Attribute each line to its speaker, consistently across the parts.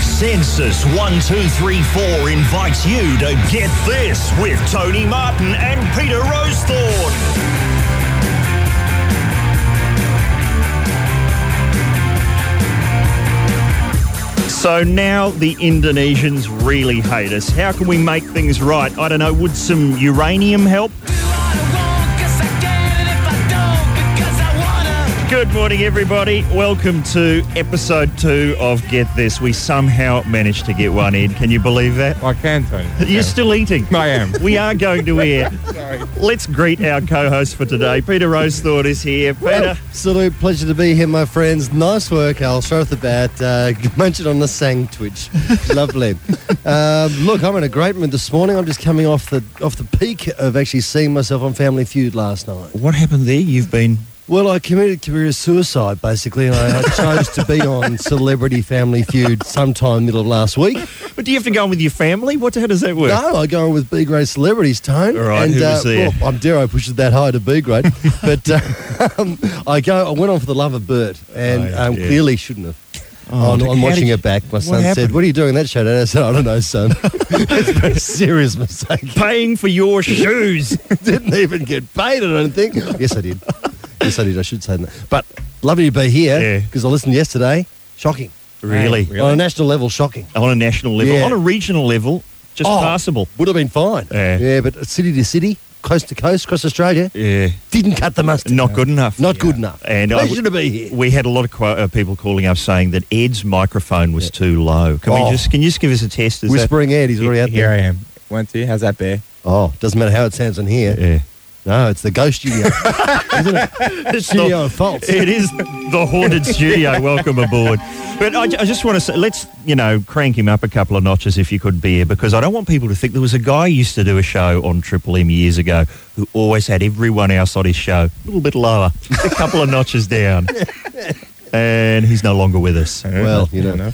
Speaker 1: Census 1234 invites you to get this with Tony Martin and Peter Rosethorne. So now the Indonesians really hate us. How can we make things right? I don't know, would some uranium help? Good morning, everybody. Welcome to episode two of Get This. We somehow managed to get one in. Can you believe that?
Speaker 2: Oh, I can, Tony.
Speaker 1: You're still eating.
Speaker 2: I am.
Speaker 1: We are going to air. Let's greet our co-host for today. Peter Rosethorne is here. Peter,
Speaker 3: Absolute pleasure to be here, my friends. Nice work, Al. Straight off the bat, uh, mentioned on the sang twitch. Lovely. um, look, I'm in a great mood this morning. I'm just coming off the off the peak of actually seeing myself on Family Feud last night.
Speaker 1: what happened there? You've been
Speaker 3: Well, I committed career suicide basically, and I chose to be on Celebrity Family Feud sometime middle of last week.
Speaker 1: But do you have to go in with your family? What how does that work?
Speaker 3: No, I go with B grade celebrities, Tone.
Speaker 1: All right,
Speaker 3: and, uh,
Speaker 1: who was there?
Speaker 3: Well, I'm dare I push it that high to B grade, but uh, um, I go. I went on for the love of Bert, and
Speaker 1: Oh,
Speaker 3: um,
Speaker 1: yeah.
Speaker 3: clearly shouldn't have.
Speaker 1: Oh,
Speaker 3: on,
Speaker 1: how
Speaker 3: on
Speaker 1: did
Speaker 3: watching
Speaker 1: you-
Speaker 3: it back, my
Speaker 1: what
Speaker 3: son
Speaker 1: happened?
Speaker 3: said, "What are you doing that show?" And I said, "I don't know, son. it's been a serious mistake.
Speaker 1: Paying for your shoes.
Speaker 3: Didn't even get paid. I don't think." Yes, I did. Yes, I did. I should say that. But lovely to be here
Speaker 1: Yeah.
Speaker 3: because I listened yesterday. Shocking
Speaker 1: really?
Speaker 2: Really?
Speaker 3: on a national level. Shocking.
Speaker 1: On a national level,
Speaker 3: Yeah.
Speaker 1: on a regional level, just
Speaker 3: Oh,
Speaker 1: passable.
Speaker 3: Would have been fine.
Speaker 1: Yeah.
Speaker 3: yeah, but city to city, coast to coast, across Australia.
Speaker 1: Yeah.
Speaker 3: didn't cut the mustard.
Speaker 1: Not good enough.
Speaker 3: Not good enough.
Speaker 1: And I
Speaker 3: Pleasure
Speaker 1: w-
Speaker 3: to be here.
Speaker 1: We had a lot of qu- uh, people calling up saying that Ed's microphone was too low. Can
Speaker 3: Oh.
Speaker 1: we just? Can you just give us a test? Is that-
Speaker 3: Whispering Ed, he's already out
Speaker 2: Here
Speaker 3: there.
Speaker 2: I am. One, two. How's that there?
Speaker 3: Oh, doesn't matter how it sounds in here.
Speaker 1: yeah.
Speaker 3: No, it's the ghost studio. Isn't it?
Speaker 1: It's not-
Speaker 3: Studio of faults.
Speaker 1: It is the haunted studio. Welcome aboard. But I, ju- I just want to say, let's, you know, crank him up a couple of notches if you could, Beer, because I don't want people to think there was a guy who used to do a show on Triple M years ago who always had everyone else on his show a little bit lower, a couple of notches down. And he's no longer with us.
Speaker 3: Well, you know.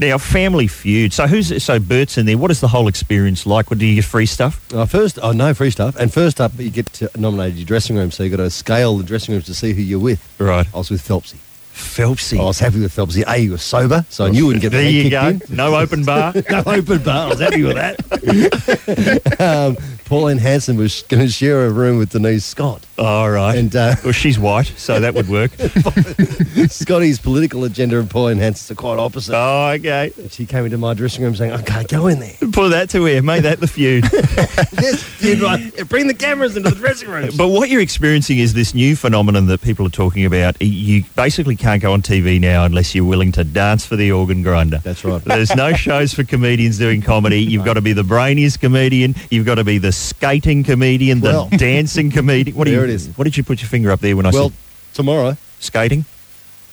Speaker 1: Now, Family Feud. So who's so Bert's in there? What is the whole experience like? What do you get free stuff?
Speaker 3: Uh, first, oh no, free stuff. And first up, you get to nominate your dressing room, so you got to scale the dressing rooms to see who you're with.
Speaker 1: Right.
Speaker 3: I was with Phelpsy.
Speaker 1: Phelpsy.
Speaker 3: I was happy with Oh, Phelpsy. A, you were sober, so I knew you wouldn't get the
Speaker 1: there
Speaker 3: head
Speaker 1: you
Speaker 3: kicked
Speaker 1: go.
Speaker 3: in.
Speaker 1: No open bar.
Speaker 3: No open bar. I was happy with that. um, Pauline Hanson was going to share a room with Denise Scott.
Speaker 1: All right.
Speaker 3: And, uh,
Speaker 1: well, she's white, so that would work.
Speaker 3: Scotty's political agenda and Pauline Hanson's are quite opposite.
Speaker 1: oh, okay.
Speaker 3: And she came into my dressing room saying, I can't go in there.
Speaker 1: Put that to air. Make that the feud.
Speaker 3: Yes, you'd right. Bring the cameras into the dressing room.
Speaker 1: but what you're experiencing is this new phenomenon that people are talking about. You basically can't go on TV now unless you're willing to dance for the organ grinder.
Speaker 3: That's right.
Speaker 1: There's no shows for comedians doing comedy. You've got to be the brainiest comedian. You've got to be the skating comedian, the
Speaker 3: Well,
Speaker 1: dancing comedian. What do
Speaker 3: there
Speaker 1: you,
Speaker 3: it is.
Speaker 1: What did you put your finger up there when I
Speaker 3: Well,
Speaker 1: said
Speaker 3: tomorrow
Speaker 1: skating?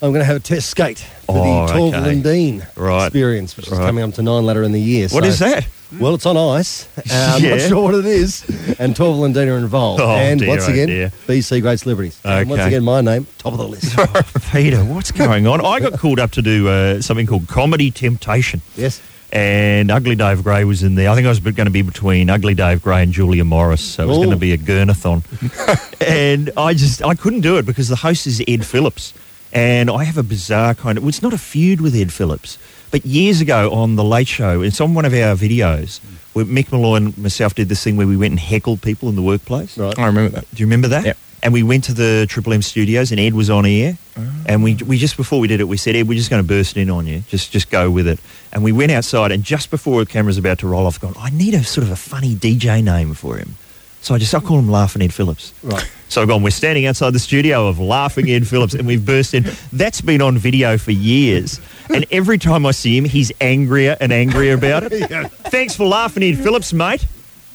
Speaker 3: I'm going to have a test skate for
Speaker 1: Oh,
Speaker 3: the Torval
Speaker 1: okay.
Speaker 3: and Dean
Speaker 1: Right.
Speaker 3: experience, which is
Speaker 1: Right.
Speaker 3: coming up to nine later in the year.
Speaker 1: What is
Speaker 3: So-
Speaker 1: that?
Speaker 3: Well, it's on ice. Uh, I'm not
Speaker 1: Yeah.
Speaker 3: sure what it is. And Torval and Dean are involved.
Speaker 1: Oh,
Speaker 3: and
Speaker 1: dear,
Speaker 3: once
Speaker 1: oh,
Speaker 3: again,
Speaker 1: dear.
Speaker 3: BC Great Celebrities. And once
Speaker 1: Okay.
Speaker 3: again, my name, top of the list.
Speaker 1: Peter, what's going on? I got called up to do uh, something called Comedy Temptation.
Speaker 3: yes.
Speaker 1: and Ugly Dave Gray was in there. I think I was going to be between Ugly Dave Gray and Julia Morris, so it was
Speaker 3: Ooh.
Speaker 1: going to be a gurnathon. and I just I couldn't do it because the host is Ed Phillips, and I have a bizarre kind of. Well, it's not a feud with Ed Phillips, but years ago on the Late Show, it's on one of our videos where Mick Malloy and myself did this thing where we went and heckled people in the workplace.
Speaker 3: Right.
Speaker 2: I remember that.
Speaker 1: Do you remember that?
Speaker 2: Yep.
Speaker 1: And we went to the Triple M studios, and Ed was on air. And we, we just before we did it, we said, Ed, we're just going to burst in on you. Just just go with it. And we went outside, and just before the camera's about to roll off, gone. I need a sort of a funny DJ name for him. So I just I call him Laughing Ed Phillips.
Speaker 3: Right.
Speaker 1: So I've gone, we're standing outside the studio of Laughing Ed Phillips and we've burst in. That's been on video for years. And every time I see him, he's angrier and angrier about it. Thanks for laughing Ed Phillips, mate.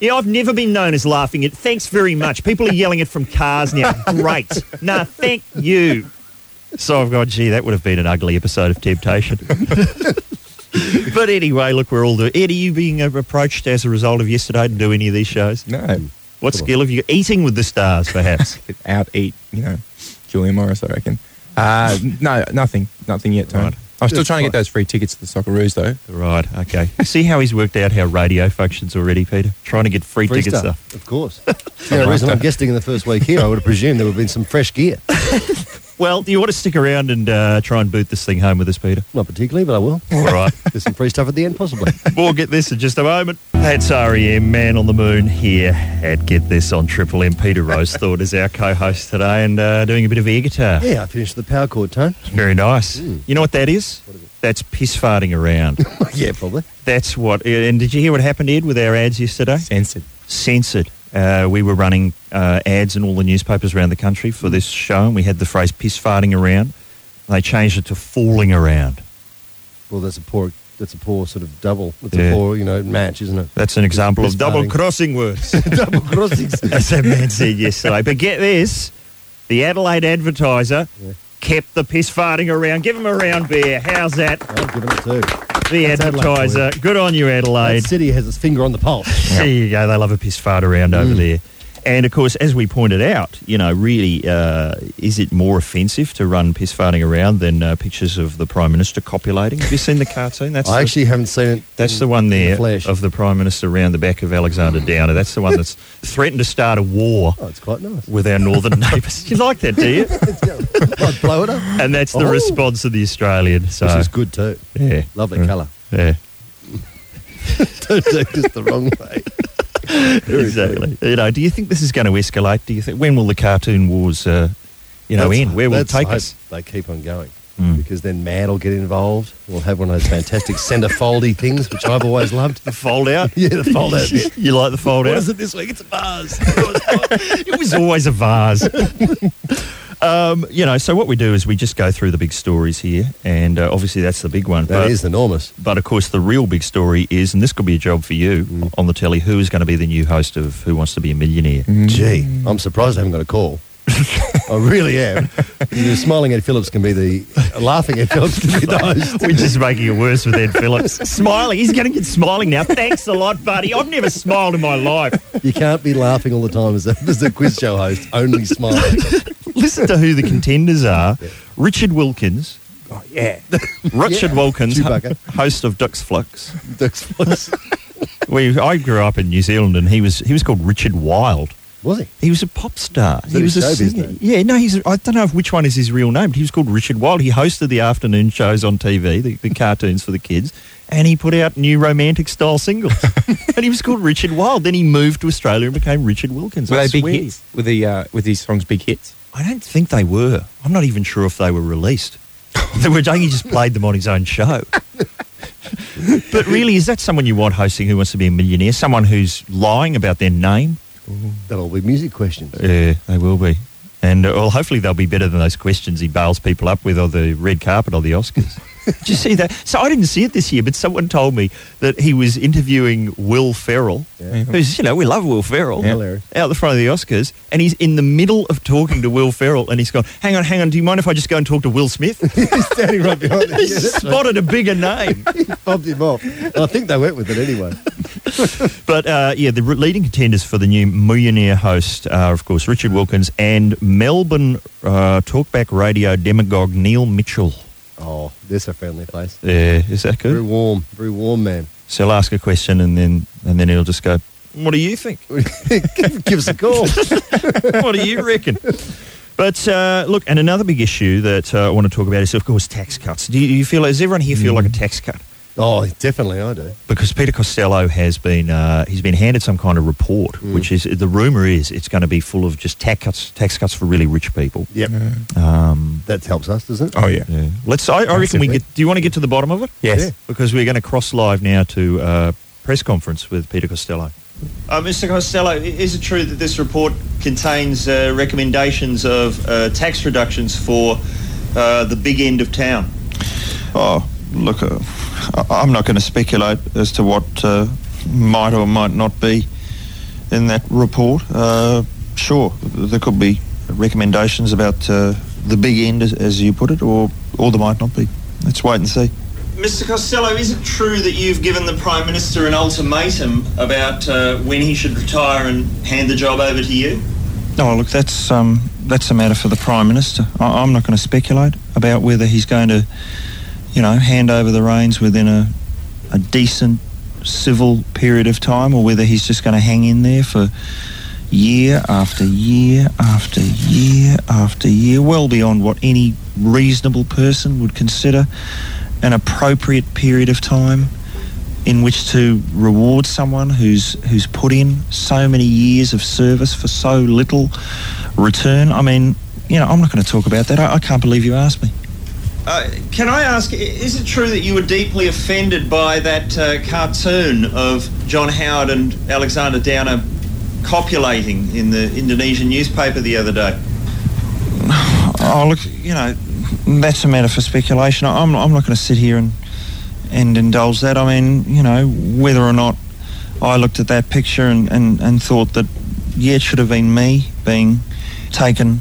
Speaker 1: Yeah, I've never been known as laughing Ed. Thanks very much. People are yelling it from cars now. Great. Nah, thank you. So I've gone, gee, that would have been an ugly episode of Temptation. but anyway, look, we're all doing. Ed, are you being uh, approached as a result of yesterday to do any of these shows?
Speaker 2: No,
Speaker 1: What skill have you? Eating with the stars, perhaps.
Speaker 2: could out eat. You know, Julian Morris. I reckon. Uh, no, nothing, nothing yet, Tony.
Speaker 1: Right.
Speaker 2: I'm still
Speaker 3: It's
Speaker 2: trying to get
Speaker 3: fine.
Speaker 2: those free tickets to the Socceroos, though.
Speaker 1: right, okay. See how he's worked out how radio functions already, Peter? Trying to get free,
Speaker 3: Free
Speaker 1: tickets
Speaker 3: stuff. Of course. the only reason I'm guesting in the first week here, I would have presumed there would have been some fresh gear.
Speaker 1: Well, do you want to stick around and uh, try and boot this thing home with us, Peter?
Speaker 3: Not particularly, but I will.
Speaker 1: All right.
Speaker 3: There's some free stuff at the end, possibly.
Speaker 1: We'll get this in just a moment. That's REM, Man on the Moon, here at Get This on Triple M. Peter Rose thought is our co-host today and uh, doing a bit of air guitar.
Speaker 3: yeah, Mm. I finished the power chord tone.
Speaker 1: Very nice. You know what that is? That's piss farting around.
Speaker 3: yeah, probably.
Speaker 1: That's what. And did you hear what happened, Ed, with our ads yesterday?
Speaker 2: Censored.
Speaker 1: Censored. Uh, we were running uh, ads in all the newspapers around the country for this show, and we had the phrase piss farting around. They changed it to falling around.
Speaker 3: Well, that's a poor. That's a poor sort of double. It's
Speaker 1: Yeah.
Speaker 3: a poor, you know, match, isn't it?
Speaker 1: That's an example
Speaker 3: Piss
Speaker 1: of double
Speaker 3: farting.
Speaker 1: crossing words.
Speaker 3: double crossings.
Speaker 1: As that man said yesterday. But get this the Adelaide advertiser
Speaker 3: Yeah.
Speaker 1: kept the piss farting around. Give him a round beer. How's that?
Speaker 3: I'll give it two.
Speaker 1: The
Speaker 3: That's Adelaide for you.
Speaker 1: advertiser. Good on you, Adelaide.
Speaker 3: That city has its finger on the pulse.
Speaker 1: There you go. They love a piss fart around
Speaker 3: Mm.
Speaker 1: over there. And of course, as we pointed out, you know, really, uh, is it more offensive to run piss farting around than uh, pictures of the Prime Minister copulating? Have you seen the cartoon? That's
Speaker 3: I
Speaker 1: the-
Speaker 3: actually haven't seen it.
Speaker 1: that's the one
Speaker 3: the
Speaker 1: there
Speaker 3: flesh.
Speaker 1: of the Prime Minister around the back of Alexander Downer. That's the one that's threatened to start a war
Speaker 3: Oh, it's quite nice.
Speaker 1: with our northern neighbours. You like that, do you?
Speaker 3: I'd blow it up.
Speaker 1: And that's the
Speaker 3: Oh.
Speaker 1: response of the Australian. So,
Speaker 3: Which is good too.
Speaker 1: yeah,
Speaker 3: Lovely
Speaker 1: Yeah.
Speaker 3: colour.
Speaker 1: yeah.
Speaker 3: Don't take this the wrong way.
Speaker 1: exactly. You know, do you think this is going to escalate? Do you think when will the cartoon wars, uh, you know,
Speaker 3: That's-
Speaker 1: end? Where will it
Speaker 3: that's-
Speaker 1: take
Speaker 3: I
Speaker 1: us?
Speaker 3: hope They keep on going because then Mad will get involved. We'll have one of those fantastic centre foldy things, which I've always loved.
Speaker 1: The fold out.
Speaker 3: Yeah, the fold out. bit.
Speaker 1: you like the fold
Speaker 3: What
Speaker 1: out?
Speaker 3: is it this week? It's a bars.
Speaker 1: It was always a vase. um, you know, so what we do is we just go through the big stories here, and uh, obviously that's the big one.
Speaker 3: That
Speaker 1: but,
Speaker 3: is enormous.
Speaker 1: but of course, the real big story is, and this could be a job for you
Speaker 3: Mm.
Speaker 1: on the telly. Who is going to be the new host of Who Wants to Be a Millionaire?
Speaker 3: Mm-hmm. Gee, I'm surprised I haven't got a call. I really am. You're smiling at Phillips can be the laughing at Phillips can be the host.
Speaker 1: We're just making it worse with Ed Phillips. smiling. He's going to get smiling now. Thanks a lot, buddy. I've never smiled in my life.
Speaker 3: You can't be laughing all the time as a, as a quiz show host. Only smiling.
Speaker 1: Listen to who the contenders are. Richard Wilkins. yeah. Richard
Speaker 3: Yeah.
Speaker 1: Wilkins, ho-
Speaker 3: Chewbacca.
Speaker 1: host of Dux Flux.
Speaker 3: That's what's-
Speaker 1: We, I grew up in New Zealand and he was he was called Richard Wilde.
Speaker 3: Was he?
Speaker 1: He was a pop star.
Speaker 3: that
Speaker 1: he was
Speaker 3: his
Speaker 1: a
Speaker 3: showbiz
Speaker 1: singer.
Speaker 3: name?
Speaker 1: Yeah, no, he's. I don't know if which one is his real name, but he was called Richard Wilde. He hosted the afternoon shows on TV, the, the cartoons for the kids, and he put out new romantic style singles. and he was called Richard Wilde. Then he moved to Australia and became Richard Wilkins.
Speaker 2: Were
Speaker 1: I
Speaker 2: they big
Speaker 1: swear.
Speaker 2: hits? Were the uh, were these songs big hits?
Speaker 1: I don't think they were. I'm not even sure if they were released. they were, he just played them on his own show. but really, is that someone you want hosting who wants to be a millionaire? Someone who's lying about their name?
Speaker 3: That'll be music questions.
Speaker 1: Yeah, they will be. And uh, well, hopefully they'll be better than those questions he bails people up with on the red carpet or the Oscars. Did you see that? So I didn't see it this year, but someone told me that he was interviewing Will Ferrell,
Speaker 3: Yeah.
Speaker 1: who's you know we love Will Ferrell,
Speaker 3: Yeah. Hilarious.
Speaker 1: out the front of the Oscars, and he's in the middle of talking to Will Ferrell, and he's gone, "Hang on, hang on, do you mind if I just go and talk to Will Smith?"
Speaker 3: He's standing right behind him.
Speaker 1: he's spotted a bigger name.
Speaker 3: Bobbed him off. And I think they went with it anyway.
Speaker 1: But uh, yeah, the re- leading contenders for the new millionaire host are, of course, Richard Wilkins and Melbourne uh, talkback radio demagogue Neil Mitchell.
Speaker 3: Oh, this a friendly place.
Speaker 1: Yeah, is that
Speaker 3: Very
Speaker 1: good?
Speaker 3: warm, very warm man.
Speaker 1: So I'll ask a question and then and then he'll just go, "What do you think?
Speaker 3: give, give us a call.
Speaker 1: what do you reckon?" But uh, look, and another big issue that uh, I want to talk about is, of course, tax cuts. Do you, do you feel? Does everyone here feel like a tax cut?
Speaker 3: Oh, definitely I do.
Speaker 1: because Peter Costello has been uh, he's been handed some kind of report, which is the rumor is it's going to be full of just tax cuts, tax cuts for really rich people.
Speaker 3: Yep.
Speaker 1: Um,
Speaker 3: That helps us, doesn't it?
Speaker 2: Oh yeah.
Speaker 1: yeah. Let's. I, I reckon we
Speaker 2: Massively.
Speaker 1: get. Do you want to get to the bottom of it?
Speaker 2: Yes.
Speaker 3: Yeah.
Speaker 1: Because we're going to cross live now to uh, press conference with Peter Costello. Uh, Mr. Costello, i- is it true that this report contains uh, recommendations of uh, tax reductions for uh, the big end of town?
Speaker 4: Oh, look, uh, I- I'm not going to speculate as to what uh, might or might not be in that report. Uh, sure, there could be recommendations about uh, the big end, as, as you put it, or, or there might not be. Let's wait and see.
Speaker 1: Mr. Costello, is it true that you've given the Prime Minister an ultimatum about uh, when he should retire and hand the job over to you?
Speaker 4: Oh, look, that's um, that's a matter for the Prime Minister. I- I'm not going to speculate about whether he's going to, you know, hand over the reins within a, a decent civil period of time or whether he's just going to hang in there for, year after year after year after year, well beyond what any reasonable person would consider an appropriate period of time in which to reward someone who's who's put in so many years of service for so little return. I mean, you know, I'm not going to talk about that. I, I can't believe you asked me. Uh, can I ask, i- is it true that you were deeply offended by that uh, cartoon of John Howard and Alexander Downer copulating in the Indonesian newspaper the other day? Oh, look, you know, that's a matter for speculation. I- I'm, I'm not going to sit here and, and indulge that. I mean, you know, whether or not I looked at that picture and, and, and thought that, yeah, it should have been me being taken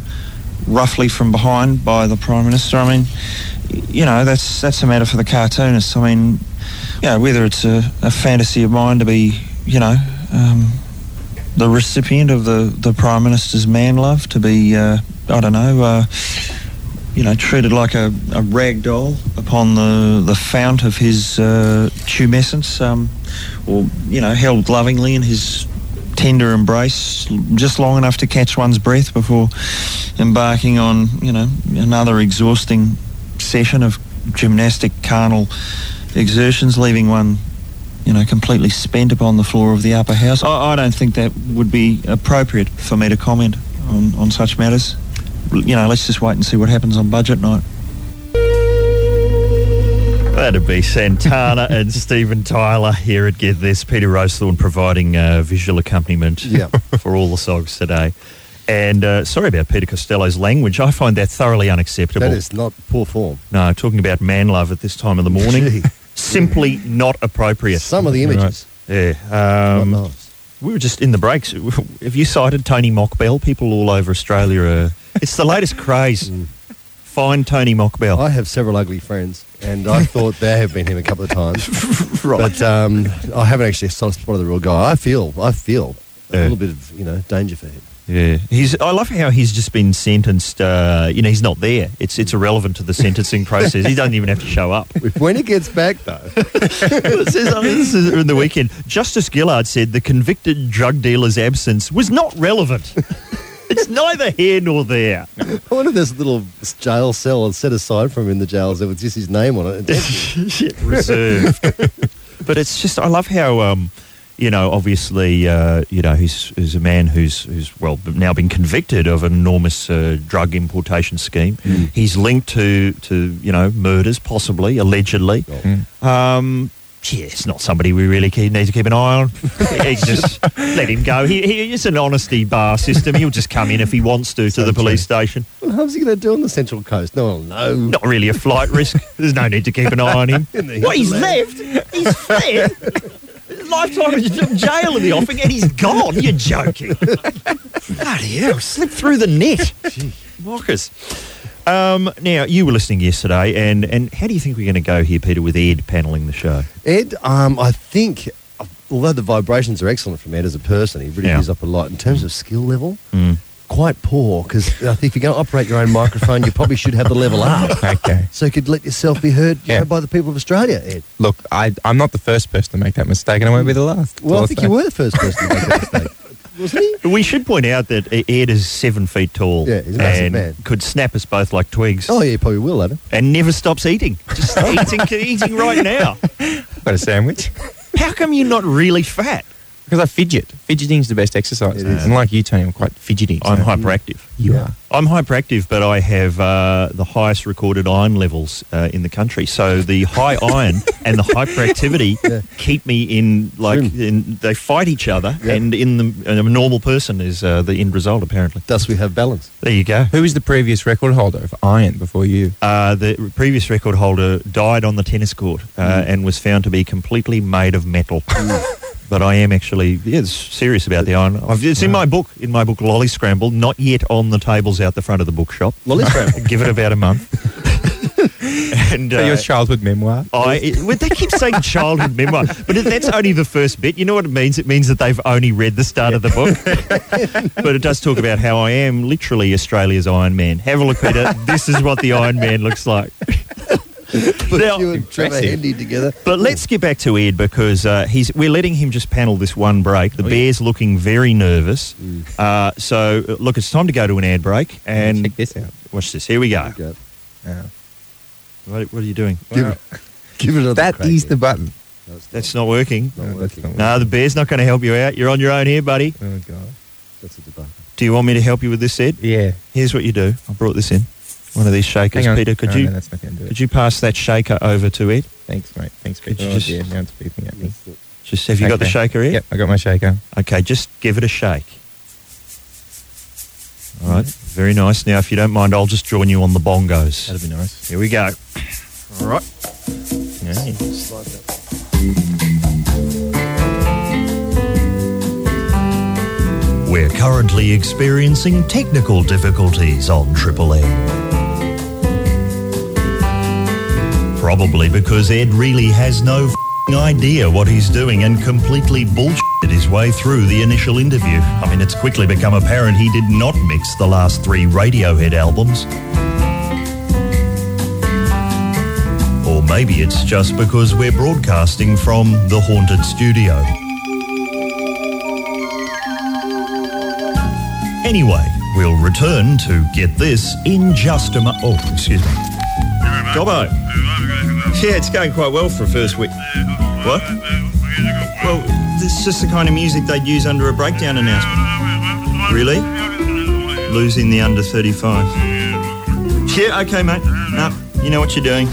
Speaker 4: roughly from behind by the Prime Minister. I mean, y- you know, that's that's a matter for the cartoonists. I mean, you know, whether it's a, a fantasy of mine to be, you know, um, the recipient of the, the Prime Minister's man love, to be, uh, I don't know, uh, you know, treated like a, a rag doll upon the, the fount of his uh, tumescence, um, or, you know, held lovingly in his tender embrace l- just long enough to catch one's breath before embarking on, you know, another exhausting session of gymnastic carnal exertions, leaving one, you know, completely spent upon the floor of the upper house. I, I don't think that would be appropriate for me to comment on, on such matters. L- You know, let's just wait and see what happens on budget night.
Speaker 1: That'd be Santana and Stephen Tyler here at Get This. Peter Rosethorne providing uh, visual accompaniment
Speaker 3: Yeah.
Speaker 1: for all the songs today. And uh, sorry about Peter Costello's language. I find that thoroughly unacceptable.
Speaker 3: That is not poor form.
Speaker 1: No, talking about man love at this time of the morning.
Speaker 3: Gee.
Speaker 1: simply not appropriate.
Speaker 3: Some of the images.
Speaker 1: Yeah.
Speaker 3: not
Speaker 1: Um,
Speaker 3: nice.
Speaker 1: we were just in the breaks. Have you cited Tony Mockbell? People all over Australia are. It's the latest craze. Find Tony Mockbell.
Speaker 3: Mm. I have several ugly friends, and I thought there have been him a couple of times.
Speaker 1: Right.
Speaker 3: But um, I haven't actually sort of spotted the real guy. I feel, I feel a
Speaker 1: Yeah.
Speaker 3: little bit of you know danger for him.
Speaker 1: Yeah, he's. I love how he's just been sentenced. Uh, you know, he's not there. It's it's irrelevant to the sentencing process. He doesn't even have to show up.
Speaker 3: When he gets back though,
Speaker 1: It says- I mean, this is in the weekend. Justice Gillard said the convicted drug dealer's absence was not relevant. It's neither here nor there.
Speaker 3: I wonder if there's a little jail cell set aside for him in the jails that was just his name on it.
Speaker 1: Reserved. but it's just. I love how. Um, you know, obviously, uh, you know, he's, he's a man who's, who's well now been convicted of an enormous uh, drug importation scheme. He's linked to, to you know murders, possibly, allegedly.
Speaker 2: Mm.
Speaker 1: Um, yeah, it's not somebody we really ke- need to keep an eye on. He just let him go. He, he, it's an honesty bar system. He'll just come in if he wants to to the police station.
Speaker 3: Well, how's he going to do on the Central Coast? No one will know.
Speaker 1: Not really a flight risk. There's no need to keep an eye on him. Well, he's left. He's fled. Lifetime in jail in the offing, and he's gone. You're joking. Bloody hell! Slipped through the net. Marcus. Um, now you were listening yesterday, and and how do you think we're going to go here, Peter, with Ed panelling the show?
Speaker 3: Ed, um, I think, although the vibrations are excellent from Ed as a person, he really
Speaker 1: Yeah.
Speaker 3: gives up a lot. In terms of skill level,
Speaker 2: Mm.
Speaker 3: quite poor, because I think if you're going to operate your own microphone, you probably should have the level up.
Speaker 2: Okay.
Speaker 3: So you could let yourself be heard you
Speaker 2: Yeah.
Speaker 3: know, by the people of Australia, Ed.
Speaker 2: Look, I, I'm not the first person to make that mistake, and I won't be the last.
Speaker 3: Well, I think you
Speaker 2: would.
Speaker 3: were the first person to make that mistake, wasn't he?
Speaker 1: We should point out that E- Ed is seven feet tall
Speaker 3: Yeah, he's a massive
Speaker 1: and
Speaker 3: man.
Speaker 1: could snap us both like twigs
Speaker 3: Oh, yeah, he probably will, Adam.
Speaker 1: and never stops eating. Just eating, eating right now.
Speaker 2: Got a sandwich.
Speaker 1: How come you're not really fat?
Speaker 2: Because I fidget. Fidgeting's the best exercise.
Speaker 3: It is.
Speaker 2: And like you, Tony, I'm quite fidgety.
Speaker 1: I'm
Speaker 2: so-
Speaker 1: hyperactive.
Speaker 2: You are.
Speaker 1: I'm hyperactive, but I have uh, the highest recorded iron levels uh, in the country. So the high iron and the hyperactivity keep me in like
Speaker 3: Trim.
Speaker 1: in, they fight each other,
Speaker 3: Yeah.
Speaker 1: and in the and a normal person is uh, the end result apparently.
Speaker 3: Thus, we have balance.
Speaker 1: There you go.
Speaker 2: Who was the previous record holder of iron before you?
Speaker 1: Uh, the previous record holder died on the tennis court uh,
Speaker 3: Hmm.
Speaker 1: and was found to be completely made of metal. but I am actually yeah, it's serious about the iron. I've, it's in my book, in my book Lolly Scramble, not yet on the tables out the front of the bookshop.
Speaker 3: Lolly Scramble.
Speaker 1: Give it about a month. and
Speaker 2: So
Speaker 1: uh,
Speaker 2: your childhood memoir.
Speaker 1: I, it, well, they keep saying childhood memoir, but it- that's only the first bit. You know what it means? It means that they've only read the start of the book. but it does talk about how I am literally Australia's Iron Man. Have a look, Peter. This is what the Iron Man looks like.
Speaker 3: Put
Speaker 1: Now-
Speaker 3: you and Trevor
Speaker 2: Impressive.
Speaker 3: Handy together.
Speaker 1: But let's get back to Ed because uh, he's we're letting him just panel this one break. The
Speaker 2: Oh, yeah. Mm.
Speaker 1: Bears looking very nervous. Uh, so uh, look, it's time to go to an ad break and
Speaker 2: check this out.
Speaker 1: watch this. Here we go.
Speaker 3: Okay.
Speaker 2: Yeah.
Speaker 1: What, what are you doing?
Speaker 3: Give, it, give it another
Speaker 2: That
Speaker 3: crack,
Speaker 2: is
Speaker 3: Ed.
Speaker 2: the button.
Speaker 3: That's,
Speaker 1: That's not working.
Speaker 3: Not
Speaker 2: No, that's
Speaker 3: working.
Speaker 2: not
Speaker 1: No, the Bear's not going to help you out. You're on your own here, buddy.
Speaker 2: Oh god.
Speaker 3: that's a debacle.
Speaker 1: Do you want me to help you with this, Ed?
Speaker 2: Yeah.
Speaker 1: Here's what you do. I brought this in. One of these shakers,
Speaker 2: Hang on.
Speaker 1: Peter. Could
Speaker 2: Oh,
Speaker 1: you
Speaker 2: No, that's not going to do it.
Speaker 1: could you pass that shaker over to Ed?
Speaker 2: Thanks, mate. Thanks,
Speaker 1: Could
Speaker 2: Peter.
Speaker 1: you
Speaker 2: Oh,
Speaker 1: just-
Speaker 2: yeah, now it's beeping at me.
Speaker 1: Just have you got the
Speaker 2: Okay.
Speaker 1: shaker, Ed?
Speaker 2: Yep, I got my shaker.
Speaker 1: Okay, just give it a shake. All right, very nice. Now, if you don't mind, I'll just join you on the bongos.
Speaker 2: That'd be nice.
Speaker 1: Here we go.
Speaker 3: All right.
Speaker 1: Yeah. We're currently experiencing technical difficulties on Triple M. Probably because Ed really has no f***ing idea what he's doing and completely bullshitted his way through the initial interview. I mean, it's quickly become apparent he did not mix the last three Radiohead albums. Or maybe it's just because we're broadcasting from the haunted studio. Anyway, we'll return to get this in just a moment. Oh, excuse me. Gobbo. Yeah, it's going quite well for a first week. What? Well, this is just the kind of music they'd use under a breakdown announcement. Really? Losing the under 35. Yeah, okay, mate. No, you know what you're doing.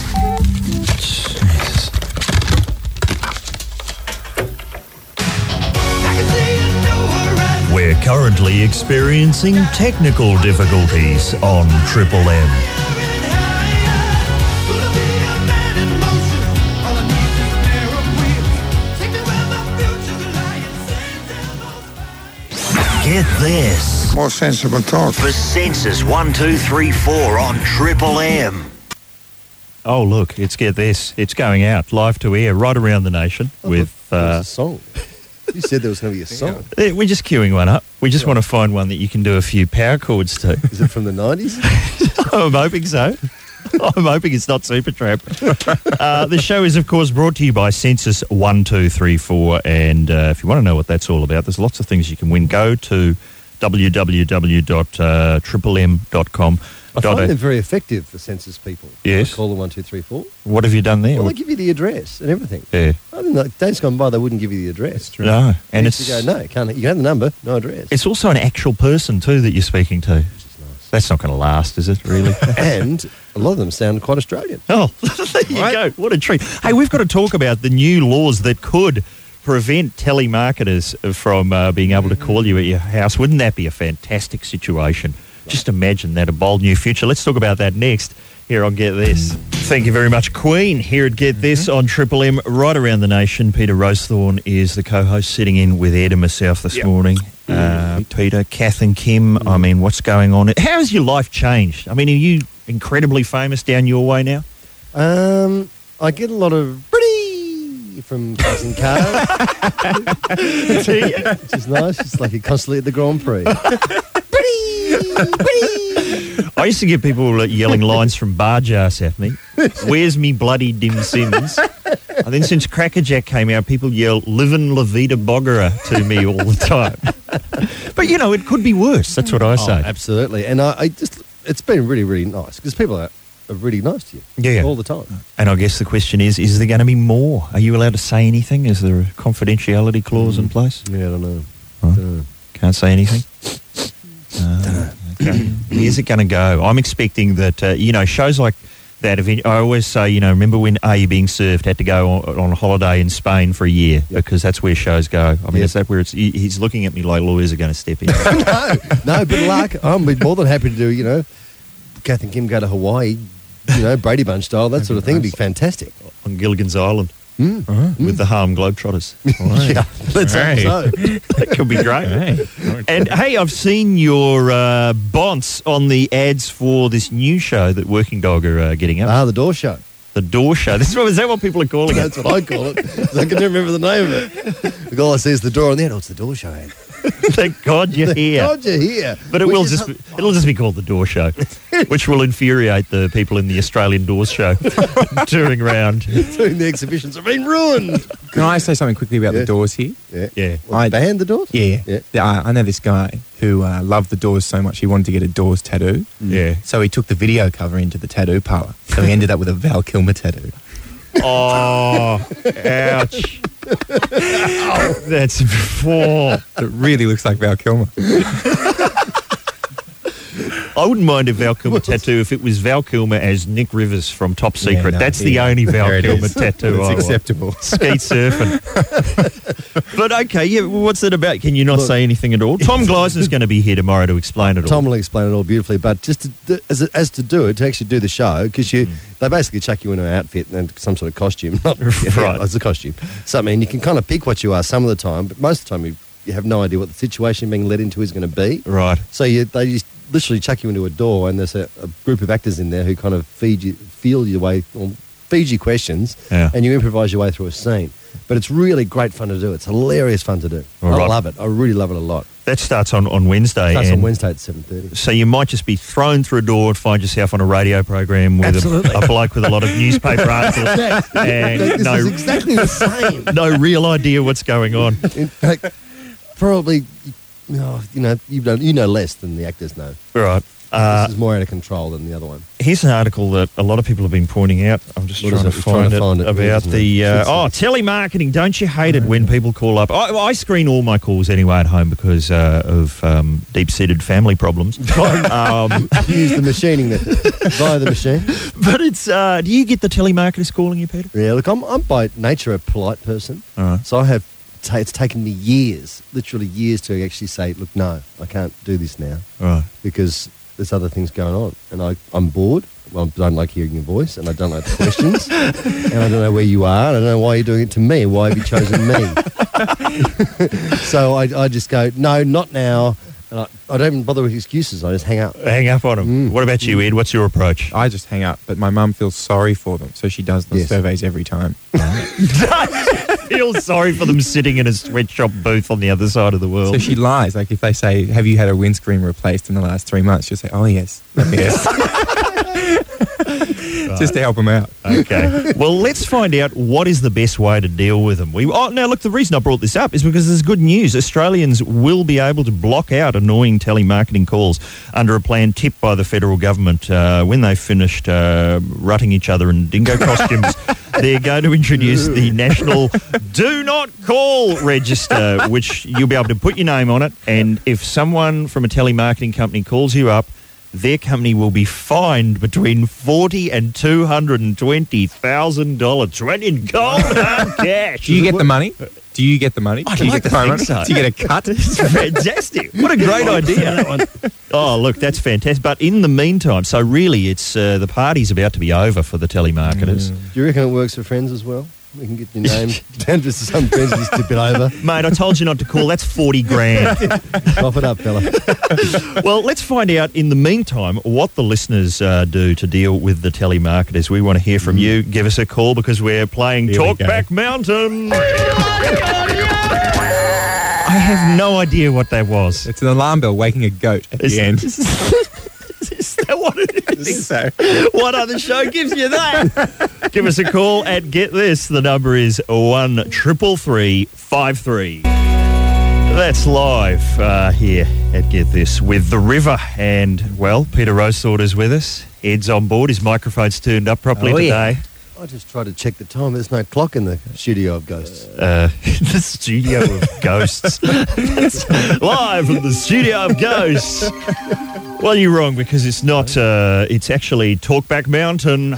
Speaker 1: We're currently experiencing technical difficulties on Triple M. Get this
Speaker 5: More sensible talk.
Speaker 6: for Census 1234 on Triple M.
Speaker 1: Oh, look, it's Get This. It's going out live to air right around the nation with.
Speaker 3: There was
Speaker 1: Uh,
Speaker 3: a song. You said there was going to be a song.
Speaker 1: eh, we're just queuing one up. We just want to find one that you can do a few power chords to.
Speaker 3: Is it from the 90s?
Speaker 1: I'm hoping so. I'm hoping it's not Super Trap. Uh, the show is, of course, brought to you by Census 1234. And uh, if you want to know what that's all about, there's lots of things you can win. Go to uh, www.triplem.com.
Speaker 3: I find them very effective for census people.
Speaker 1: Yes.
Speaker 3: I call the 1234.
Speaker 1: What have you done there?
Speaker 3: Well, they give you the address and everything.
Speaker 1: yeah.
Speaker 3: I mean, like, days gone by, they wouldn't give you the address.
Speaker 1: No. And
Speaker 3: Next
Speaker 1: it's,
Speaker 3: you go, no, can't, you have the number, no address.
Speaker 1: it's also an actual person, too, that you're speaking to. That's not going to last, is it, really?
Speaker 3: and a lot of them sound quite Australian.
Speaker 1: Oh, there you
Speaker 3: Right?
Speaker 1: go. What a treat. Hey, we've got to talk about the new laws that could prevent telemarketers from uh, being able to call you at your house. Wouldn't that be a fantastic situation? Just imagine that, a bold new future. Let's talk about that next here on Get This. Thank you very much, Queen, here at Get This on Triple M, right around the nation. Peter Rosethorne is the co host, sitting in with Ed and myself this morning. Uh, Peter, Kath, and Kim, I mean, what's going on? How has your life changed? I mean, are you incredibly famous down your way now?
Speaker 3: Um, I get a lot of pretty from cousin Carl, which is nice. It's like you're constantly at the Grand Prix.
Speaker 1: I used to get people like, yelling lines from bar jars at me. Where's me bloody Dim Sims? And then since Crackerjack came out, people yell "Livin' La Vida Bogara" to me all the time. But you know, it could be worse. That's what I
Speaker 3: Oh,
Speaker 1: say.
Speaker 3: absolutely. And I, I just, it's been really, really nice because people are, are really nice to you
Speaker 1: Yeah.
Speaker 3: all the time.
Speaker 1: and I guess the question is: Is there going to be more? Are you allowed to say anything? Is there a confidentiality clause in place?
Speaker 3: Yeah, I don't know.
Speaker 1: Right.
Speaker 3: Don't know.
Speaker 1: Can't say anything. Uh, okay. Where's it going to go? I'm expecting that uh, you know shows like that. event- I always say, you know, remember when Are You Being Served had to go on, on holiday in Spain for a year because that's where shows go. I mean,
Speaker 3: Yep.
Speaker 1: is that where it's? He, he's looking at me like lawyers are going to step in.
Speaker 3: no, no, but like, I'm be more than happy to do, you know, Kath and Kim go to Hawaii, you know, Brady Bunch style, that sort of thing would be fantastic.
Speaker 1: on Gilligan's Island Uh-huh. with the Harlem Globetrotters.
Speaker 3: Yeah, Hmm. let's
Speaker 2: Hey.
Speaker 3: hope so.
Speaker 1: that could be great. And hey, I've seen your uh, bonce on the ads for this new show that Working Dog are uh, getting up.
Speaker 3: Ah, the door show.
Speaker 1: the Door Show. That's what, is that what people are calling it?
Speaker 3: That's what I call it. 'cause I can never remember the name of it. All I see is the door, and then oh, it's the door show. Ann.
Speaker 1: Thank God you're here.
Speaker 3: God, you're here.
Speaker 1: But it
Speaker 3: We
Speaker 1: will just be, it'll just be called the Door Show. which will infuriate the people in the Australian Doors show during round.
Speaker 3: Soon the exhibitions have been ruined.
Speaker 2: Can I say something quickly about
Speaker 3: Yeah.
Speaker 2: the doors here?
Speaker 3: Yeah.
Speaker 1: Yeah.
Speaker 3: What,
Speaker 2: I-
Speaker 3: band the doors?
Speaker 2: Yeah.
Speaker 3: Yeah.
Speaker 2: The- I, I know this guy who uh, loved the doors so much he wanted to get a doors tattoo.
Speaker 1: Yeah.
Speaker 2: So he took the video cover into the tattoo parlor. So he ended up with a Val Kilmer tattoo.
Speaker 1: Oh, ouch. That's before.
Speaker 2: It really looks like Val Kilmer.
Speaker 1: I wouldn't mind a Val Kilmer tattoo if it was Val Kilmer as Nick Rivers from Top Secret.
Speaker 2: no,
Speaker 1: That's the
Speaker 2: yeah.
Speaker 1: only Val
Speaker 2: There it
Speaker 1: Kilmer
Speaker 2: is.
Speaker 1: tattoo I
Speaker 2: It's
Speaker 1: want.
Speaker 2: acceptable.
Speaker 1: Skate surfing. but okay, yeah, well, what's it about? Can you not say anything at all? Tom Gleisner's going to be here tomorrow to explain it all.
Speaker 3: Tom will explain it all beautifully, but just to, do- as, as to do it, to actually do the show, because
Speaker 1: Mm.
Speaker 3: you they basically chuck you into an outfit and some sort of costume. Not
Speaker 1: Right.
Speaker 3: it's a costume. So I mean, you can kind of pick what you are some of the time, but most of the time you, you have no idea what the situation being led into is going to be.
Speaker 1: Right.
Speaker 3: So you, they just literally chuck you into a door, and there's a, a group of actors in there who kind of feed you, feel your way, or feed you questions,
Speaker 1: Yeah.
Speaker 3: and you improvise your way through a scene. But it's really great fun to do. It's hilarious fun to do.
Speaker 1: All
Speaker 3: I
Speaker 1: right.
Speaker 3: love it. I really love it a lot.
Speaker 1: That starts on, on Wednesday.
Speaker 3: Starts on
Speaker 1: and-
Speaker 3: Wednesday at seven thirty.
Speaker 1: So you might just be thrown through a door and find yourself on a radio program with
Speaker 3: Absolutely.
Speaker 1: a, a bloke with a lot of newspaper articles and
Speaker 3: This is
Speaker 1: no,
Speaker 3: exactly the same.
Speaker 1: no real idea what's going on.
Speaker 3: In fact, probably, oh, you know, you know, you know less than the actors know.
Speaker 1: Right. Uh,
Speaker 3: this is more out of control than the other one.
Speaker 1: Here's an article that a lot of people have been pointing out. I'm just
Speaker 3: What
Speaker 1: trying
Speaker 3: is
Speaker 1: to,
Speaker 3: it? We're
Speaker 1: find
Speaker 3: trying to find
Speaker 1: it,
Speaker 3: it,
Speaker 1: about
Speaker 3: isn't
Speaker 1: the
Speaker 3: it?
Speaker 1: uh,
Speaker 3: Should
Speaker 1: oh
Speaker 3: say.
Speaker 1: telemarketing. Don't you hate it when people call up? I, I screen all my calls anyway at home because uh, of um, deep-seated family problems. um,
Speaker 3: Use the machining method via the machine.
Speaker 1: but it's uh, do you get the telemarketers calling you, Peter?
Speaker 3: Yeah, look, I'm, I'm by nature a polite person,
Speaker 1: All right.
Speaker 3: so I have. Ta- it's taken me years, literally years, to actually say, "Look, no, I can't do this now
Speaker 1: Right.
Speaker 3: because there's other things going on, and I, I'm bored. Well, I don't like hearing your voice, and I don't like the questions, and I don't know where you are, and I don't know why you're doing it to me. Why have you chosen me?" so I, I just go, "No, not now." And I, I don't even bother with excuses. I just hang up.
Speaker 1: Hang up on
Speaker 3: Mm.
Speaker 1: them. What about you, Ed? What's your approach?
Speaker 2: I just hang up, but my mum feels sorry for them, so she does the
Speaker 3: Yes.
Speaker 2: surveys every time.
Speaker 1: feel sorry for them sitting in a sweatshop booth on the other side of the world.
Speaker 2: So she lies. Like if they say, "Have you had a windscreen replaced in the last three months?" She'll say, "Oh yes, yes." Just to help them out.
Speaker 1: Okay. Well, let's find out what is the best way to deal with them. We oh, now look. The reason I brought this up is because there's good news. Australians will be able to block out annoying telemarketing calls under a plan tipped by the federal government. Uh, when they finished uh, rutting each other in dingo costumes, they're going to introduce the national "Do Not Call" register, which you'll be able to put your name on it, and if someone from a telemarketing company calls you up their company will be fined between forty and two hundred and twenty thousand dollars. Rent in gold hard cash.
Speaker 2: Do you get the money? Do you get the money?
Speaker 1: I'd
Speaker 2: Do you
Speaker 1: like
Speaker 2: get
Speaker 1: to
Speaker 2: the phone
Speaker 1: think so.
Speaker 2: money? Do you get a cut?
Speaker 1: It's fantastic. What a great idea. Oh, look, that's fantastic. But in the meantime, so really, it's uh, the party's about to be over for the telemarketers.
Speaker 2: Mm.
Speaker 3: Do you reckon it works for friends as well? We can get your name down to some friends, just tip it over,
Speaker 1: Mate, I told you not to call. That's 40 grand.
Speaker 3: cough it up, fella.
Speaker 1: well, let's find out in the meantime what the listeners uh, do to deal with the telemarketers. We want to hear from you. Give us a call because we're playing
Speaker 2: Mm. we
Speaker 1: Talk
Speaker 2: go.
Speaker 1: Back Mountain. I have no idea what that was.
Speaker 2: It's an alarm bell waking a goat at
Speaker 1: Is-
Speaker 2: the end.
Speaker 1: Is, is that what it
Speaker 2: I
Speaker 1: is?
Speaker 2: think so.
Speaker 1: What other show gives you that? Give us a call and get this. The number is one triple three five three. That's live uh, here at Get This with the river and well, Peter Rosewater is with us. Ed's on board. His microphone's turned up properly
Speaker 2: Oh, yeah.
Speaker 1: today.
Speaker 3: I just tried to check the time. There's no clock in the studio of ghosts.
Speaker 1: Uh, the studio of ghosts. That's live from the studio of ghosts. Well, you're wrong because it's not. Uh, it's actually Talkback Mountain.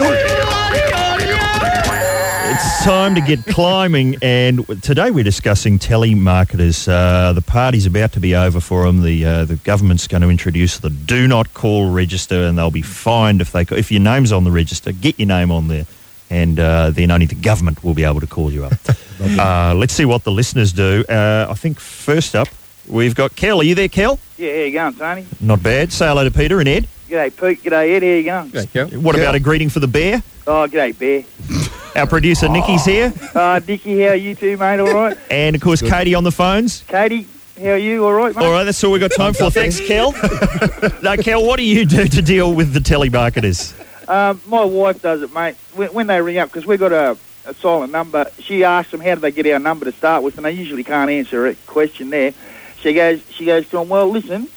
Speaker 1: It's time to get climbing, and today we're discussing telemarketers. Uh, the party's about to be over for them. The uh, the government's going to introduce the do not call register, and they'll be fined if they ca- if your name's on the register. Get your name on there, and uh, then only the government will be able to call you up. uh, let's see what the listeners do. Uh, I think first up we've got Kel. Are you there, Kel?
Speaker 5: Yeah, how you going, Tony?
Speaker 1: Not bad. Say hello to Peter and Ed.
Speaker 5: G'day, Pete. G'day, Ed. How you going?
Speaker 2: There you go.
Speaker 1: What about a greeting for the bear?
Speaker 5: Oh, g'day, Bear.
Speaker 1: Our producer Nicky's here,
Speaker 5: Uh, Dicky, how are you two, mate? All right?
Speaker 1: and of course Katie on the phones.
Speaker 5: Katie, How are you? All right, mate?
Speaker 1: All right, that's all we've got time for. Thanks, Kel. no, Kel, what do you do to deal with the telemarketers?
Speaker 5: Um, my wife does it, mate. When, when they ring up, because we've got a, a silent number, she asks them, how do they get our number to start with? And they usually can't answer a question there. She goes, she goes to them, well, listen,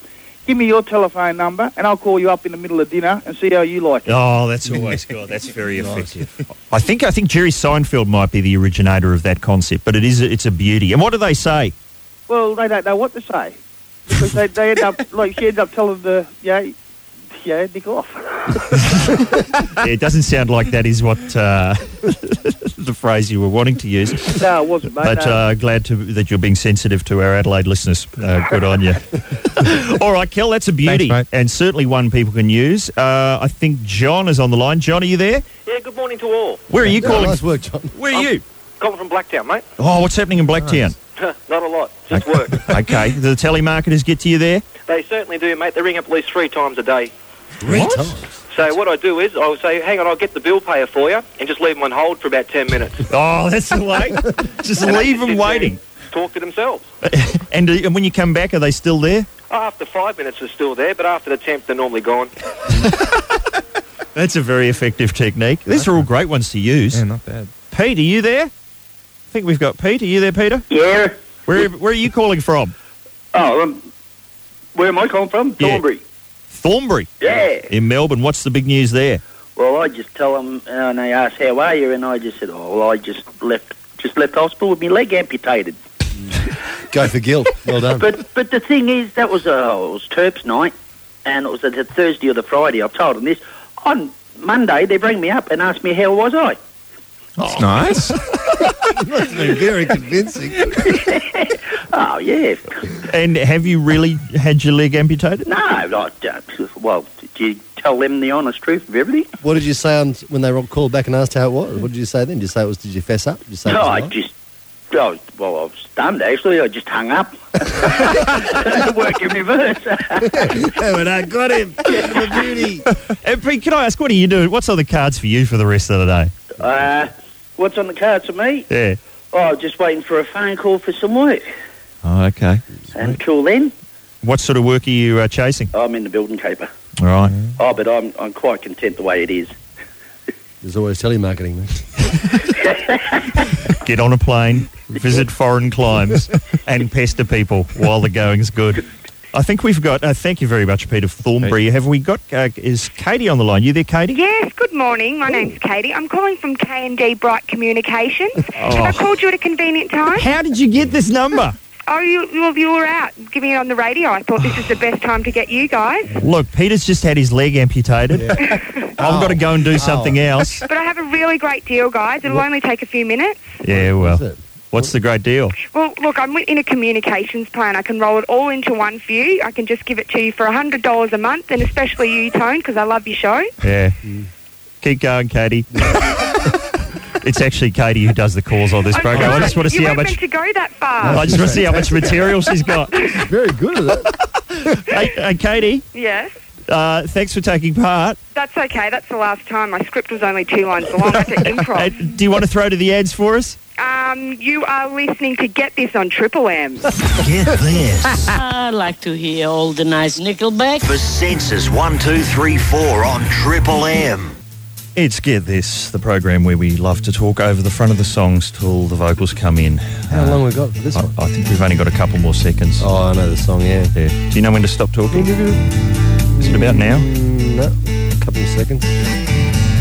Speaker 5: give me your telephone number and I'll call you up in the middle of dinner and see how you like it.
Speaker 1: Oh, that's always good. That's very effective. I think I think Jerry Seinfeld might be the originator of that concept, but it is it's a beauty. And what do they say?
Speaker 5: Well, they don't know what to say. Because they, they end up, like, she ends up telling the, yeah, yeah, dick off.
Speaker 1: Yeah, it doesn't sound like that is what uh, the phrase you were wanting to use.
Speaker 5: No, it wasn't, mate.
Speaker 1: But
Speaker 5: no.
Speaker 1: uh, glad to, that you're being sensitive to our Adelaide listeners. Uh, good on you. All right, Kel, that's a beauty,
Speaker 2: Thanks,
Speaker 1: and certainly one people can use. Uh, I think John is on the line. John, are you there?
Speaker 7: Yeah, good morning to all.
Speaker 1: Where are you
Speaker 3: Yeah,
Speaker 1: calling?
Speaker 3: nice work, John.
Speaker 1: Where are you?
Speaker 7: Calling from Blacktown, mate.
Speaker 1: Oh, what's happening in Blacktown?
Speaker 7: Not a lot, just work.
Speaker 1: okay, do the telemarketers get to you there?
Speaker 7: they certainly do, mate. They ring up at least three times a day.
Speaker 1: What?
Speaker 7: So what I do is I'll say, hang on, I'll get the bill payer for you and just leave them on hold for about 10 minutes.
Speaker 1: Oh, that's the way. Just
Speaker 7: And they
Speaker 1: leave
Speaker 7: just
Speaker 1: them
Speaker 7: sit there
Speaker 1: waiting.
Speaker 7: and Talk to themselves.
Speaker 1: And, uh, and when you come back, are they still there?
Speaker 7: After five minutes, they're still there, but after the 10th, they're normally gone.
Speaker 1: That's a very effective technique. These are all great ones to use.
Speaker 2: Yeah, not bad.
Speaker 1: Pete, are you there? I think we've got Pete. Are you there, Peter?
Speaker 8: Yeah.
Speaker 1: Where, where are you calling from?
Speaker 8: Oh, um, where am I calling from?
Speaker 1: Yeah.
Speaker 8: Thornbury.
Speaker 1: Thornbury
Speaker 8: Yeah.
Speaker 1: in Melbourne. What's the big news there?
Speaker 8: Well, I just tell them, uh, and they ask, "How are you?" And I just said, "Oh, well, I just left, just left hospital with my leg amputated."
Speaker 3: Go for guilt. Well done.
Speaker 8: But but the thing is, that was uh, it was Terps night, and it was the Thursday or the Friday. I've told them this. On Monday, they bring me up and ask me how was I.
Speaker 1: Oh.
Speaker 2: It's nice.
Speaker 3: Very convincing.
Speaker 8: Oh yeah,
Speaker 1: And have you really had your leg amputated?
Speaker 8: no, I, uh, well, did you tell them the honest truth of everything?
Speaker 3: What did you say on, when they called back and asked how it was? What did you say then? Did you say it was? Did you fess up? Did you say it
Speaker 8: No,
Speaker 3: was a
Speaker 8: I
Speaker 3: lie?
Speaker 8: just. I was, well, I was stunned actually. I just hung up. it worked in reverse.
Speaker 3: and I got him. the beauty.
Speaker 1: Uh, Pete, can I ask, what are you doing? What's on the cards for you for the rest of the day?
Speaker 8: Uh, what's on the card to me?
Speaker 1: Yeah.
Speaker 8: Oh, I'm just waiting for a phone call for some work.
Speaker 1: Oh, okay.
Speaker 8: Until then,
Speaker 1: What sort of work are you uh, chasing?
Speaker 8: I'm in the building caper.
Speaker 1: All right.
Speaker 8: Oh, but I'm, I'm quite content the way it is.
Speaker 3: There's always telemarketing, man.
Speaker 1: Get on a plane, visit foreign climes, and pester people while the going's good. I think we've got. Uh, thank you very much, Peter Thornbury. Have we got? Uh, is Katie on the line? You there, Katie?
Speaker 9: Yes, good morning. My name's Katie. I'm calling from K&D Bright Communications. Have I called you at a convenient time?
Speaker 1: Oh. How did you get this number?
Speaker 9: Oh, you, you, you were out giving it on the radio. I thought this is the best time to get you guys.
Speaker 1: Look, Peter's just had his leg amputated. I've got to go
Speaker 3: Oh.
Speaker 1: and do something else.
Speaker 9: But I have a really great deal, guys. It'll only take a few minutes.
Speaker 1: Yeah,
Speaker 3: Is
Speaker 1: well,
Speaker 3: it?
Speaker 1: what's the great deal?
Speaker 9: Well, look, I'm in a communications plan. I can roll it all into one for you. I can just give it to you for $100 a month, and especially you, Tone, because I love your show.
Speaker 1: Yeah.
Speaker 3: Mm.
Speaker 1: Keep going, Katie. it's actually Katie who does the calls on this
Speaker 9: I'm
Speaker 1: program. I
Speaker 9: sorry.
Speaker 1: just want to see
Speaker 9: you
Speaker 1: how
Speaker 9: weren't meant
Speaker 1: much.
Speaker 9: to go that far.
Speaker 1: I just want to see how much material she's got. hey,
Speaker 3: She's very good at it.
Speaker 1: hey, Katie,
Speaker 9: Yes.
Speaker 1: uh, thanks for taking part.
Speaker 9: That's okay. That's the last time. My script was only two lines long. I had to
Speaker 1: Hey,
Speaker 9: improv.
Speaker 1: do you want to throw to the ads for us?
Speaker 9: Um, you are listening to Get This on Triple M.
Speaker 6: Get this.
Speaker 10: I like to hear all the nice Nickelback.
Speaker 6: For Census 1234 on Triple M.
Speaker 1: It's Get This, the program where we love to talk over the front of the songs till the vocals come in.
Speaker 3: How long we got for this
Speaker 1: I,
Speaker 3: one?
Speaker 1: I think we've only got a couple more seconds.
Speaker 3: Oh, I know the song. Yeah.
Speaker 1: Yeah. Do you know when to stop talking? Is it about now?
Speaker 3: Mm, no, a couple of seconds.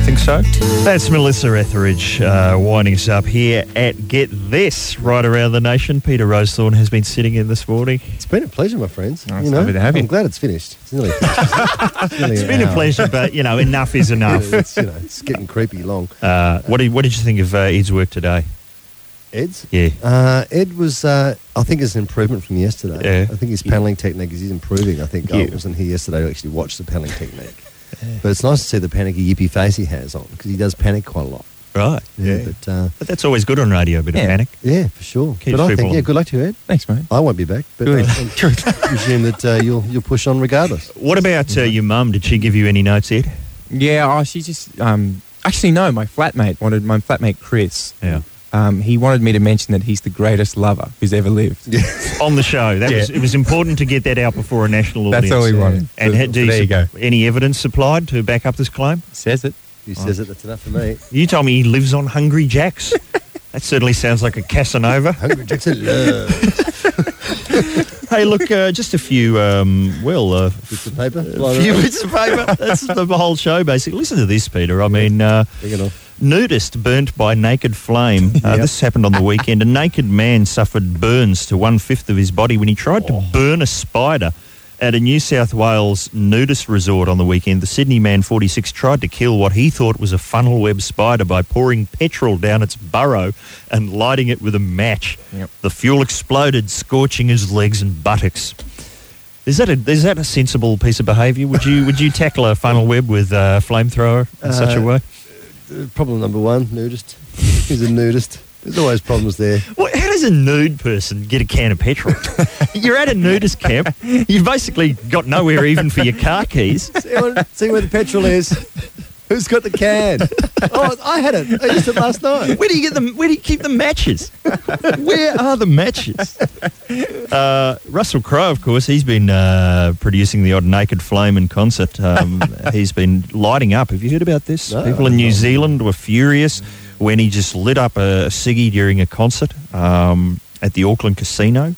Speaker 1: think so. That's Melissa Etheridge uh, winding us up here at Get This right around the nation. Peter Rosethorne has been sitting in this morning.
Speaker 3: It's been a pleasure, my friends.
Speaker 2: Nice, happy to have
Speaker 3: I'm
Speaker 2: you.
Speaker 3: glad it's finished. It's nearly finished. It's, nearly
Speaker 1: It's
Speaker 3: an
Speaker 1: been a
Speaker 3: hour.
Speaker 1: pleasure, but you know, enough is enough.
Speaker 3: It's, you know, it's getting creepy long.
Speaker 1: Uh, what, did, what did you think of uh, Ed's work today?
Speaker 3: Ed's?
Speaker 1: Yeah.
Speaker 3: Uh, Ed was, uh, I think it's an improvement from yesterday.
Speaker 1: Yeah.
Speaker 3: I think his paneling technique is improving. I think I
Speaker 1: Yeah.
Speaker 3: wasn't here yesterday to actually watch the paneling technique. But it's nice to see the panicky yippy face he has on because he does panic quite a lot.
Speaker 1: Right.
Speaker 3: But, uh,
Speaker 1: But that's always good on radio, a bit of
Speaker 2: Yeah.
Speaker 1: panic.
Speaker 3: yeah, for sure.
Speaker 1: Keeps
Speaker 3: but I
Speaker 1: people
Speaker 3: think,
Speaker 1: on.
Speaker 3: yeah, good luck to you, Ed.
Speaker 2: Thanks, mate.
Speaker 3: I won't be back, but I,
Speaker 2: Good.
Speaker 3: I presume that uh, you'll, you'll push on regardless.
Speaker 1: What about
Speaker 2: Mm-hmm.
Speaker 1: uh, your mum? Did she give you any notes, Ed?
Speaker 2: Yeah, oh, she just. Um, actually, no, my flatmate wanted my flatmate Chris.
Speaker 1: Yeah.
Speaker 2: um, he wanted me to mention that he's the greatest lover who's ever lived.
Speaker 1: on the show. That
Speaker 2: Yeah.
Speaker 1: was, it was important to get that out before a national
Speaker 2: That's
Speaker 1: audience.
Speaker 2: all he wanted.
Speaker 1: And
Speaker 2: So-
Speaker 1: had, do
Speaker 2: so
Speaker 1: you
Speaker 2: there you
Speaker 1: sup- any evidence supplied to back up this claim?
Speaker 2: says it.
Speaker 3: He says it. That's enough for me.
Speaker 1: You told me he lives on Hungry Jack's. that certainly sounds like a Casanova.
Speaker 3: Hungry Jack's a love.
Speaker 1: hey, look, uh, just a few, um, well, uh,
Speaker 3: Bits of paper.
Speaker 1: a few bits of paper. That's the whole show, basically. Listen to this, Peter. I mean, uh,
Speaker 3: Bring it on.
Speaker 1: Nudist burnt by naked flame. Uh, This happened on the weekend. A naked man suffered burns to one fifth of his body when he tried to burn a spider at a New South Wales nudist resort on the weekend. The Sydney man, 46, tried to kill what he thought was a funnel web spider by pouring petrol down its burrow and lighting it with a match.
Speaker 2: Yep.
Speaker 1: The fuel exploded, scorching his legs and buttocks. Is that a is that a sensible piece of behaviour? Would you would you tackle a funnel web with a flamethrower in such a
Speaker 3: Uh,
Speaker 1: way?
Speaker 3: Uh, Problem number one, nudist. He's a nudist. There's always problems there.
Speaker 1: Well, how does a nude person get a can of petrol? You're at a nudist camp. You've basically got nowhere even for your car keys.
Speaker 3: See where, see where the petrol is. Who's got the can? Oh, I had it. I used it last night.
Speaker 1: Where do you get them? Where do you keep the matches? Where are the matches? Uh, Russell Crowe, of course, he's been uh, producing the odd naked flame in concert. Um, he's been lighting up. Have you heard about this?
Speaker 3: No,
Speaker 1: People in New
Speaker 3: no.
Speaker 1: Zealand were furious when he just lit up a, a ciggy during a concert um, at the Auckland Casino.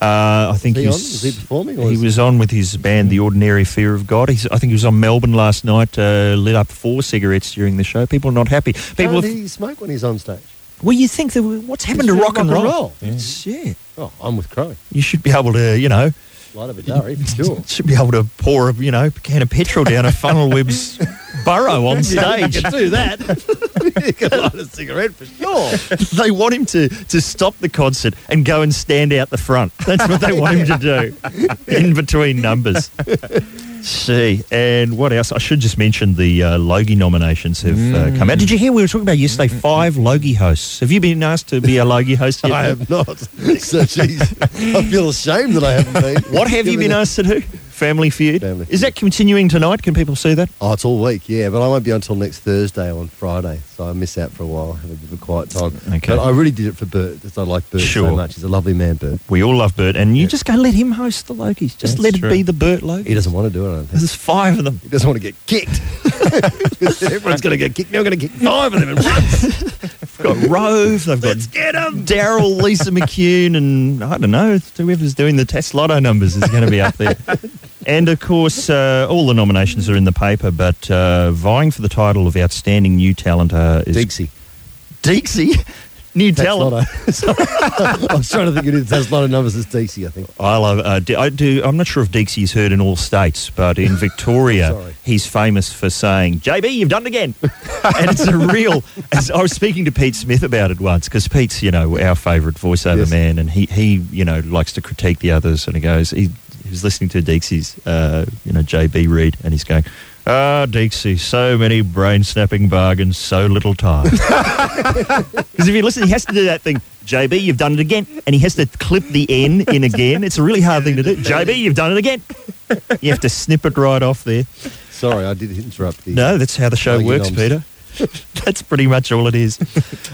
Speaker 1: Uh, I think
Speaker 3: he
Speaker 1: you
Speaker 3: on?
Speaker 1: s-
Speaker 3: Was he performing or
Speaker 1: he
Speaker 3: is-
Speaker 1: was on with his band, The Ordinary Fear of God. He's, I think he was on Melbourne last night. Uh, lit up four cigarettes during the show. People are not happy. People,
Speaker 3: People
Speaker 1: have-
Speaker 3: he smoke when he's on stage?
Speaker 1: well, you think that what's happened to
Speaker 3: It's
Speaker 1: rock and roll?
Speaker 3: Yeah.
Speaker 1: It's- Yeah.
Speaker 3: Oh, I'm with Crowe.
Speaker 1: you should be able to, you know,
Speaker 3: Light of a diary, for sure.
Speaker 1: should be able to pour, a, you know, can of petrol down a funnel web's burrow on stage.
Speaker 3: do that. you can light a cigarette for sure.
Speaker 1: they want him to to stop the concert and go and stand out the front. That's what they want him to do in between numbers. See, and what else? I should just mention the uh, Logie nominations have uh, come out. Did you hear we were talking about yesterday?
Speaker 3: Mm-hmm.
Speaker 1: Five Logie hosts. Have you been asked to be a Logie host yet?
Speaker 3: I have not. So, jeez, I feel ashamed that I haven't been.
Speaker 1: What have you
Speaker 3: Given
Speaker 1: been
Speaker 3: that-
Speaker 1: asked to do? Family Feud.
Speaker 3: Family
Speaker 1: Is that continuing tonight? Can people see that?
Speaker 3: Oh, it's all week, yeah, but I won't be on until next Thursday on Friday, so I miss out for a while, have a bit of a quiet time.
Speaker 1: Okay.
Speaker 3: But I really did it for Bert, because I like Bert
Speaker 1: Sure.
Speaker 3: so much. He's a lovely man, Bert.
Speaker 1: We all love Bert, and you just go let him host the Logies. Just
Speaker 2: That's
Speaker 1: let
Speaker 2: true.
Speaker 1: it be the Bert Logie.
Speaker 3: He doesn't want to do it, I don't think.
Speaker 1: There's five of them.
Speaker 3: He doesn't want to get kicked. Everyone's going to get kicked. Now we're going to kick five of them.
Speaker 1: They've got Rove. They've got Daryl, Lisa McCune, and I don't know whoever's doing the test lotto numbers is going to be up there. and of course, uh, all the nominations are in the paper, but uh, vying for the title of outstanding new talent uh, is
Speaker 3: Dixie.
Speaker 1: Dixie, new talent.
Speaker 3: Taslotto. I was trying to think of it. That's not numbers. It's Dixie, I think.
Speaker 1: I love. Uh, D- I do. I'm not sure if Dixie's heard in all states, but in Victoria,
Speaker 3: Sorry.
Speaker 1: he's famous for saying, "JB, you've done it again," and it's a real. As I was speaking to Pete Smith about it once, because Pete's, you know, our favourite voiceover
Speaker 3: Yes.
Speaker 1: man, and he, he, you know, likes to critique the others, and he goes, he, he was listening to Dixie's, uh, you know, JB read, and he's going. Ah, Dixie, so many brain snapping bargains, so little time. Because if you listen, he has to do that thing. JB, you've done it again, and he has to clip the N in again. It's a really hard thing to do. JB, you've done it again. You have to snip it right off there.
Speaker 3: Sorry, I did interrupt you.
Speaker 1: No, that's how the show
Speaker 3: Like your
Speaker 1: works,
Speaker 3: noms.
Speaker 1: Peter. That's pretty much all it is.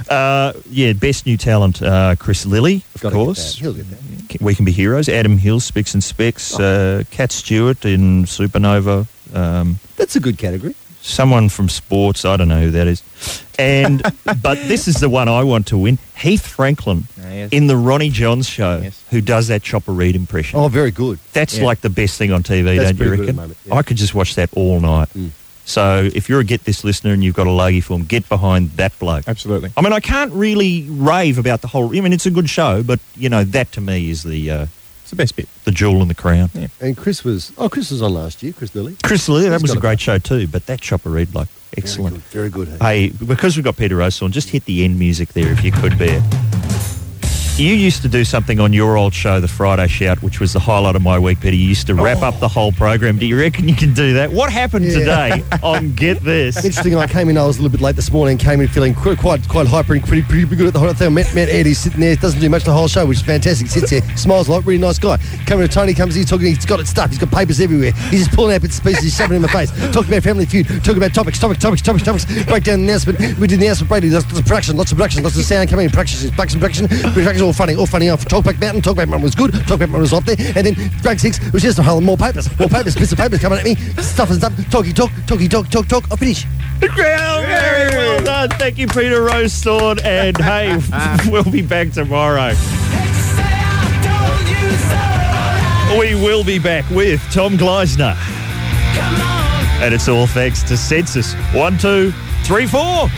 Speaker 1: Uh, yeah, best new talent, uh, Chris Lilly, of
Speaker 3: Gotta get
Speaker 1: course.
Speaker 3: that. He'll get that.
Speaker 1: We Can Be Heroes, Adam Hill, Spicks and Specs, uh, Kat Stewart in Supernova, um,
Speaker 3: That's a good category.
Speaker 1: someone from sports. I don't know who that is. And but this is the one I want to win. Heath Franklin
Speaker 2: Ah, yes.
Speaker 1: in the Ronnie Johns show,
Speaker 2: Yes.
Speaker 1: who does that Chopper Reed impression.
Speaker 3: Oh, very good.
Speaker 1: That's
Speaker 2: yeah.
Speaker 1: like the best thing on TV,
Speaker 3: That's
Speaker 1: don't you
Speaker 3: pretty good
Speaker 1: reckon?
Speaker 3: at the moment, yeah.
Speaker 1: I could just watch that all night.
Speaker 3: Mm.
Speaker 1: So if you're a Get This listener and you've got a Logie form, get behind that bloke.
Speaker 2: Absolutely.
Speaker 1: I mean, I can't really rave about the whole. I mean, it's a good show, but you know that to me is the uh,
Speaker 2: It's the best bit.
Speaker 1: the jewel in the crown.
Speaker 2: Yeah.
Speaker 3: And Chris was, oh, Chris was on last year, Chris Lilly.
Speaker 1: Chris Lee, that
Speaker 3: He's
Speaker 1: was
Speaker 3: got
Speaker 1: a
Speaker 3: a-
Speaker 1: great show too, but that Chopper Reed bloke, excellent.
Speaker 3: Very good. Very good hey.
Speaker 1: Hey, because we've got Peter O'Sorn, just hit the end music there if you could, Bear. You used to do something on your old show, the Friday Shout, which was the highlight of my week, Peter. You used to wrap up the whole program. Do you reckon you can do that? What happened
Speaker 3: Yeah.
Speaker 1: today on Get This?
Speaker 3: Interesting. I came in. I was a little bit late this morning. Came in feeling qu- quite quite hyper and pretty pretty good at the whole thing. Met met Eddie sitting there. Doesn't do much the whole show, which is fantastic. Sits here, smiles a lot. Really nice guy. Coming to Tony comes. He's talking. He's got it stuffed. He's got papers everywhere. He's just pulling out bits and pieces. He's shoving it in my face. Talking about Family Feud. Talking about topics, topics, topics, topics, topics. Break down the announcement. We did the announcement. Brady. Lots of production. Lots of production. Lots of sound coming in. Production. Production. Production. Production. All funny. All funny. Off. Talkback Mountain. Talkback Mountain was good. Talkback Mountain was up there. And then Drag Six was just a whole more papers. More papers. Bits of papers coming at me. Stuff and stuff. Talky talk. Talky talk. Talk talk. I finish.
Speaker 1: Well, very well done. Thank you, Peter Rose Thorne. And hey, we'll be back tomorrow. We will be back with Tom Gleisner. And it's all thanks to Census. One, two, three, four.